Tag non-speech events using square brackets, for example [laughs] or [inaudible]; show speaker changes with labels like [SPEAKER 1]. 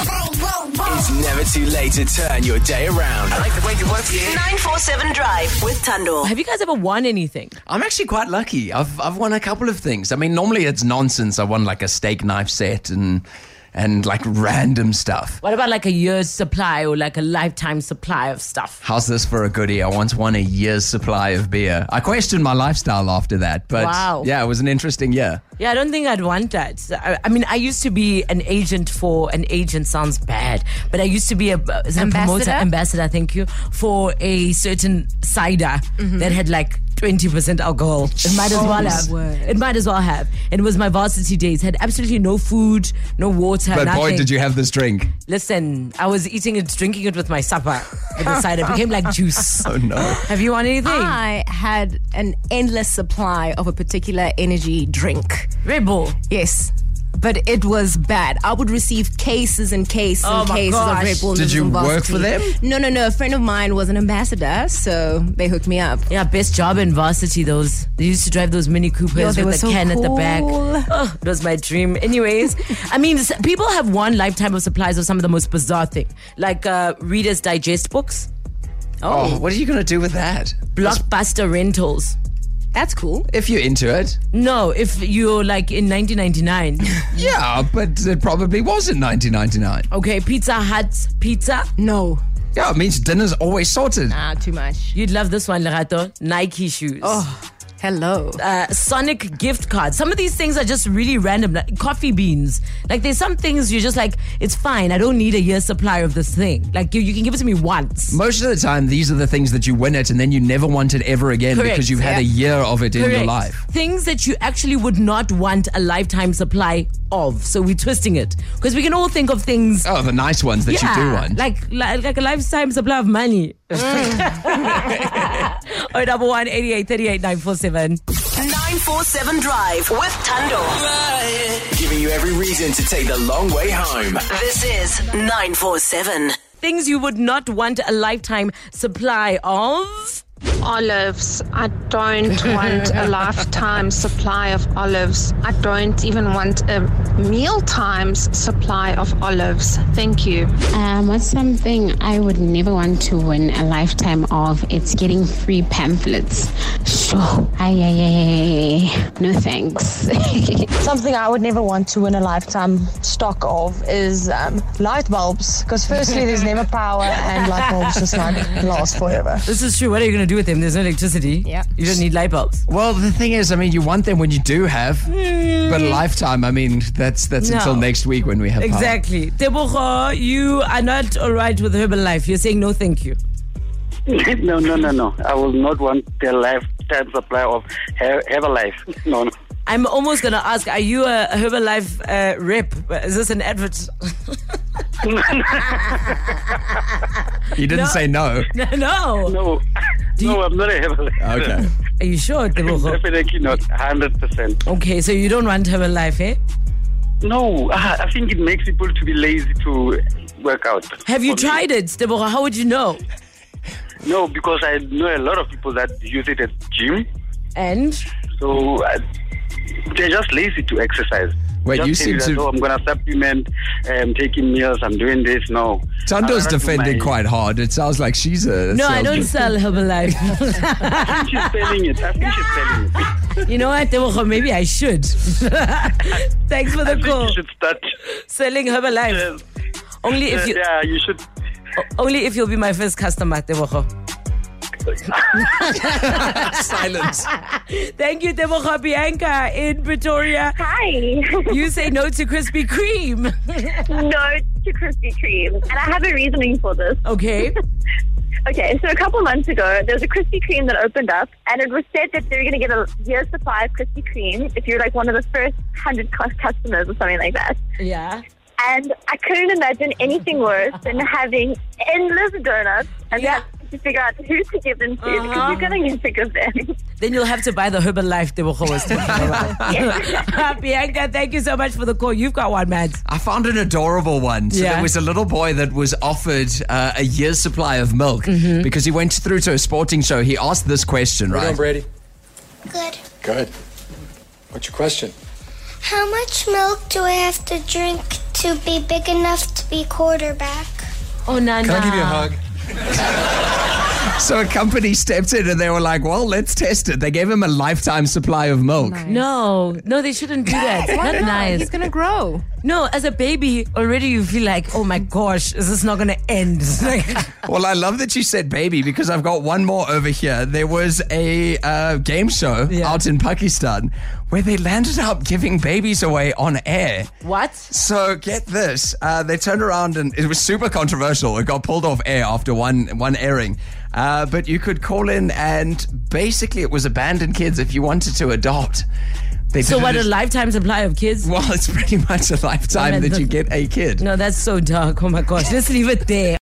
[SPEAKER 1] It's never too late to turn your day around.
[SPEAKER 2] I like the way you work here.
[SPEAKER 3] 947 Drive with Tundor.
[SPEAKER 4] Have you guys ever won anything?
[SPEAKER 2] I'm actually quite lucky. I've I've won a couple of things. I mean, normally it's nonsense. I won like a steak knife set and and like random stuff.
[SPEAKER 4] What about like a year's supply or like a lifetime supply of stuff?
[SPEAKER 2] How's this for a goodie? I once won a year's supply of beer. I questioned my lifestyle after that, but
[SPEAKER 4] Wow.
[SPEAKER 2] yeah, it was an interesting year.
[SPEAKER 4] Yeah, I don't think I'd want that. I, I mean, I used to be an agent for an agent sounds bad, but I used to be a, is it a promoter
[SPEAKER 5] Ambassador?
[SPEAKER 4] ambassador. Thank you for a certain cider that had like. 20% alcohol. It might as well have. It might as well have. It was my varsity days. Had absolutely no food, no water,
[SPEAKER 2] But
[SPEAKER 4] nothing.
[SPEAKER 2] boy, did you have this drink.
[SPEAKER 4] Listen, I was eating it, drinking it with my supper with the cider. It became like juice.
[SPEAKER 2] [laughs] Oh no.
[SPEAKER 4] Have you won anything?
[SPEAKER 5] I had an endless supply of a particular energy drink.
[SPEAKER 4] Red Bull.
[SPEAKER 5] Yes. But it was bad. I would receive cases and cases
[SPEAKER 4] Oh
[SPEAKER 5] and
[SPEAKER 4] my
[SPEAKER 5] cases
[SPEAKER 4] gosh.
[SPEAKER 5] of Red Bull.
[SPEAKER 2] Did
[SPEAKER 5] Nibbles
[SPEAKER 2] you
[SPEAKER 5] and
[SPEAKER 2] work for
[SPEAKER 5] Varsity.
[SPEAKER 2] them?
[SPEAKER 5] No, no, no. A friend of mine was an ambassador, so they hooked me up.
[SPEAKER 4] Yeah, best job in varsity. Those they used to drive those Mini Coopers
[SPEAKER 5] Yo,
[SPEAKER 4] with
[SPEAKER 5] they
[SPEAKER 4] the
[SPEAKER 5] were so
[SPEAKER 4] can at the back.
[SPEAKER 5] cool.
[SPEAKER 4] [laughs] Oh, it was my dream. Anyways, I mean, s- people have one lifetime of supplies of some of the most bizarre thing, like uh, Reader's Digest books,
[SPEAKER 2] Oh, what are you gonna do with that?
[SPEAKER 4] blockbuster rentals.
[SPEAKER 5] That's cool.
[SPEAKER 2] If you're into it.
[SPEAKER 4] No, if you're like
[SPEAKER 5] [laughs]
[SPEAKER 4] in 1999,
[SPEAKER 2] Yeah, but it probably was in 1999.
[SPEAKER 4] okay, Pizza Hut's pizza.
[SPEAKER 5] No.
[SPEAKER 2] Yeah, it means dinner's always sorted.
[SPEAKER 5] Ah, too much.
[SPEAKER 4] You'd love this one, Lerato. Nike shoes.
[SPEAKER 5] Oh, Hello.
[SPEAKER 4] uh, Sonic gift cards. Some of these things are just really random, like coffee beans. Like there's some things you're just like, it's fine. I don't need a year's supply of this thing. Like you, you can give it to me once.
[SPEAKER 2] Most of the time, these are the things that you win it and then you never want it ever again
[SPEAKER 4] Correct,
[SPEAKER 2] because you've had
[SPEAKER 5] yeah.
[SPEAKER 2] a year of it in your
[SPEAKER 4] Correct.
[SPEAKER 2] life.
[SPEAKER 4] Things that you actually would not want a lifetime supply of. So we're twisting it because we can all think of things.
[SPEAKER 2] Oh, the nice ones that you do want.
[SPEAKER 4] Like, like like a lifetime supply of money.
[SPEAKER 2] Mm.
[SPEAKER 4] or [laughs] double one eighty eight thirty eight nine four seven.
[SPEAKER 3] 947 Drive with Tundor.
[SPEAKER 1] Giving you every reason to take the long way home.
[SPEAKER 3] This is 947.
[SPEAKER 4] Things you would not want a lifetime supply of.
[SPEAKER 6] olives. I don't want a lifetime supply of olives. I don't even want a mealtime's supply of olives. Thank you.
[SPEAKER 7] Um, what's something I would never want to win a lifetime of? It's getting free pamphlets. Sure. Ay, ay, ay, ay, ay. No thanks. [laughs]
[SPEAKER 8] Something I would never want to win a lifetime stock of is um, light bulbs, because firstly, there's never power, and light bulbs just like last forever.
[SPEAKER 4] This is true. What are you going to do with them? There's no electricity.
[SPEAKER 5] Yeah.
[SPEAKER 4] You don't need light bulbs.
[SPEAKER 2] well, the thing is, I mean, you want them when you do have, but lifetime, I mean, that's that's
[SPEAKER 4] Mm. No.
[SPEAKER 2] until next week when we have power.
[SPEAKER 4] Exactly. Tebogo, you are not all right with herbal life. You're saying no, thank you.
[SPEAKER 9] [laughs] no, no, no, no. I will not want the lifetime supply of Her- Herbalife. No, no.
[SPEAKER 4] I'm almost going to ask, are you a herbal life uh, rep? Is this an advert? [laughs]
[SPEAKER 2] You didn't say no.
[SPEAKER 4] no, no.
[SPEAKER 9] No, no I'm not a Herbalife. [laughs]
[SPEAKER 2] Okay.
[SPEAKER 4] Are you sure, Tebogo?
[SPEAKER 9] Definitely not. 100%.
[SPEAKER 4] okay, so you don't want herbal life, eh?
[SPEAKER 9] No, I I think it makes people to be lazy to work out.
[SPEAKER 4] Have you
[SPEAKER 9] For me.
[SPEAKER 4] tried it, Tebogo? How would you know?
[SPEAKER 9] No, because I know a lot of people that use it at gym.
[SPEAKER 4] And
[SPEAKER 9] So uh, they're just lazy to exercise.
[SPEAKER 2] Wait,
[SPEAKER 9] just
[SPEAKER 2] you
[SPEAKER 9] say
[SPEAKER 2] seem
[SPEAKER 9] that,
[SPEAKER 2] to-
[SPEAKER 9] Oh, I'm going to supplement. I'm taking meals. I'm doing this. No.
[SPEAKER 2] Tando's
[SPEAKER 9] I'd rather do
[SPEAKER 2] defending
[SPEAKER 9] my-
[SPEAKER 2] quite hard. It sounds like she's a.
[SPEAKER 4] no, I don't
[SPEAKER 2] salesman.
[SPEAKER 4] sell herbal
[SPEAKER 9] [laughs]
[SPEAKER 4] life.
[SPEAKER 9] She's selling it. I think she's selling
[SPEAKER 4] [laughs]
[SPEAKER 9] it.
[SPEAKER 4] you know what, Tebogo? Maybe I should. [laughs] Thanks for the
[SPEAKER 9] I think
[SPEAKER 4] call.
[SPEAKER 9] you should start.
[SPEAKER 4] Selling herbal life.
[SPEAKER 9] Yes.
[SPEAKER 4] Only if you
[SPEAKER 9] yeah, you should.
[SPEAKER 4] only if you'll be my first customer, Tebogo. [laughs]
[SPEAKER 2] Silence.
[SPEAKER 4] Thank you, Deborah Bianca in Pretoria.
[SPEAKER 10] Hi. [laughs]
[SPEAKER 4] You say no to Krispy Kreme. [laughs]
[SPEAKER 10] no to Krispy Kreme. And I have a reasoning for this. [laughs]
[SPEAKER 4] Okay.
[SPEAKER 10] Okay, so a couple months ago, there was a Krispy Kreme that opened up, and it was said that they were going to get a year's supply of Krispy Kreme if you're like one of the first 100 cu- customers or something like that.
[SPEAKER 4] Yeah.
[SPEAKER 10] And I couldn't imagine anything worse than having endless donuts and
[SPEAKER 4] Yeah.
[SPEAKER 10] having to figure out who to give them to
[SPEAKER 4] Uh-huh.
[SPEAKER 10] because you're going to need to give them.
[SPEAKER 4] Then you'll have to buy the Herbal Life Deborah
[SPEAKER 10] [laughs]
[SPEAKER 4] was talking [laughs] about. Bianca, thank you so much for the call. You've got one, man.
[SPEAKER 2] I found an adorable one. So
[SPEAKER 4] Yeah.
[SPEAKER 2] there was a little boy that was offered uh, a year's supply of milk
[SPEAKER 4] Mm-hmm.
[SPEAKER 2] because he went through to a sporting show. He asked this question, right?
[SPEAKER 11] Brady.
[SPEAKER 10] Good.
[SPEAKER 11] Good. What's your question?
[SPEAKER 10] How much milk do I have to drink
[SPEAKER 11] To be big enough to be quarterback.
[SPEAKER 5] Oh, no,
[SPEAKER 2] Can I give you a hug?
[SPEAKER 4] Ah.
[SPEAKER 2] [laughs] so a company stepped in and they were like, well, let's test it. They gave him a lifetime supply of milk.
[SPEAKER 4] No, no, they shouldn't do that. It's
[SPEAKER 5] Why
[SPEAKER 4] not,
[SPEAKER 5] not?
[SPEAKER 4] nice.
[SPEAKER 5] He's gonna grow.
[SPEAKER 4] No, as a baby, already you feel like, oh my gosh, is this not gonna end? [laughs] Like,
[SPEAKER 2] Well, I love that you said baby because I've got one more over here. There was a uh, game show out in Pakistan where they landed up giving babies away on air.
[SPEAKER 4] What?
[SPEAKER 2] So get this. Uh, they turned around and it was super controversial. It got pulled off air after one one airing. Uh, but you could call in and basically it was abandoned kids if you wanted to adopt. They
[SPEAKER 4] so
[SPEAKER 2] did it
[SPEAKER 4] what a
[SPEAKER 2] as-
[SPEAKER 4] lifetime supply of kids?
[SPEAKER 2] Well, it's pretty much a lifetime that you get a kid.
[SPEAKER 4] No, that's so dark. Oh my gosh, let's leave it there.